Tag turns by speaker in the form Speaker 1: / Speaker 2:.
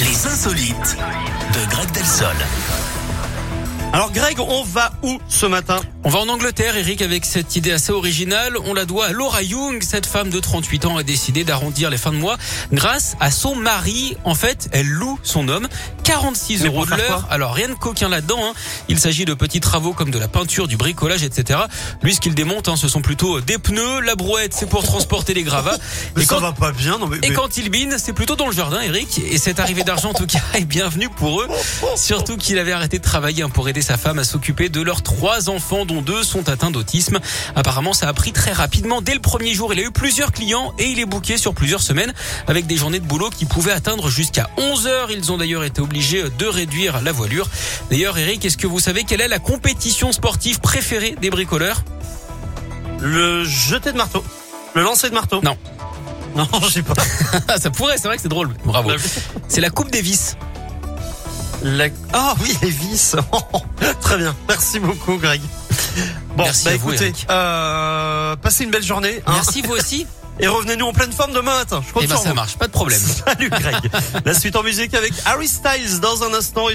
Speaker 1: Les insolites de Greg Delsol.
Speaker 2: Alors Greg, on va où ce matin
Speaker 3: On va en Angleterre, Eric, avec cette idée assez originale. On la doit à Laura Young. Cette femme de 38 ans a décidé d'arrondir les fins de mois grâce à son mari. En fait, elle loue son homme 46
Speaker 2: Mais pour
Speaker 3: euros de
Speaker 2: faire
Speaker 3: l'heure. Alors rien de coquin là-dedans. hein. Il s'agit de petits travaux comme de la peinture, du bricolage, etc. Lui, ce qu'il démonte, hein, ce sont plutôt des pneus. La brouette, c'est pour transporter les gravats.
Speaker 2: Mais
Speaker 3: Et
Speaker 2: ça
Speaker 3: quand-
Speaker 2: va pas bien, non mais,
Speaker 3: et
Speaker 2: mais-
Speaker 3: quand il bine, c'est plutôt dans le jardin, Eric. Et cette arrivée d'argent, en tout cas, est bienvenue pour eux. Surtout qu'il avait arrêté de travailler hein, pour aider sa femme à s'occuper de leurs trois enfants, dont deux sont atteints d'autisme. Apparemment, ça a pris très rapidement. Dès le premier jour, il a eu plusieurs clients et il est booké sur plusieurs semaines avec des journées de boulot qui pouvaient atteindre jusqu'à 11 heures. Ils ont d'ailleurs été obligés de réduire la voilure. D'ailleurs, Eric, est-ce que vous savez quelle est la compétition sportive préférée des bricoleurs
Speaker 2: le jeter de marteau, le lancer de marteau.
Speaker 3: Non.
Speaker 2: Non, je sais pas.
Speaker 3: Ah, Ça pourrait, c'est vrai que c'est drôle. Bravo.
Speaker 2: La-
Speaker 3: C'est la Coupe Davis.
Speaker 2: la- Ah oui, les vis. Très bien. Merci beaucoup, Greg. Bon,
Speaker 3: Merci
Speaker 2: bah
Speaker 3: à vous,
Speaker 2: écoutez,
Speaker 3: Eric.
Speaker 2: euh, passez une belle journée. hein.
Speaker 3: Merci, vous aussi.
Speaker 2: Et revenez-nous en pleine forme demain matin. Je compte
Speaker 3: Et ben
Speaker 2: sur
Speaker 3: ça
Speaker 2: vous.
Speaker 3: marche, pas de problème.
Speaker 2: Salut, Greg. La suite en musique avec Harry Styles dans un instant. Et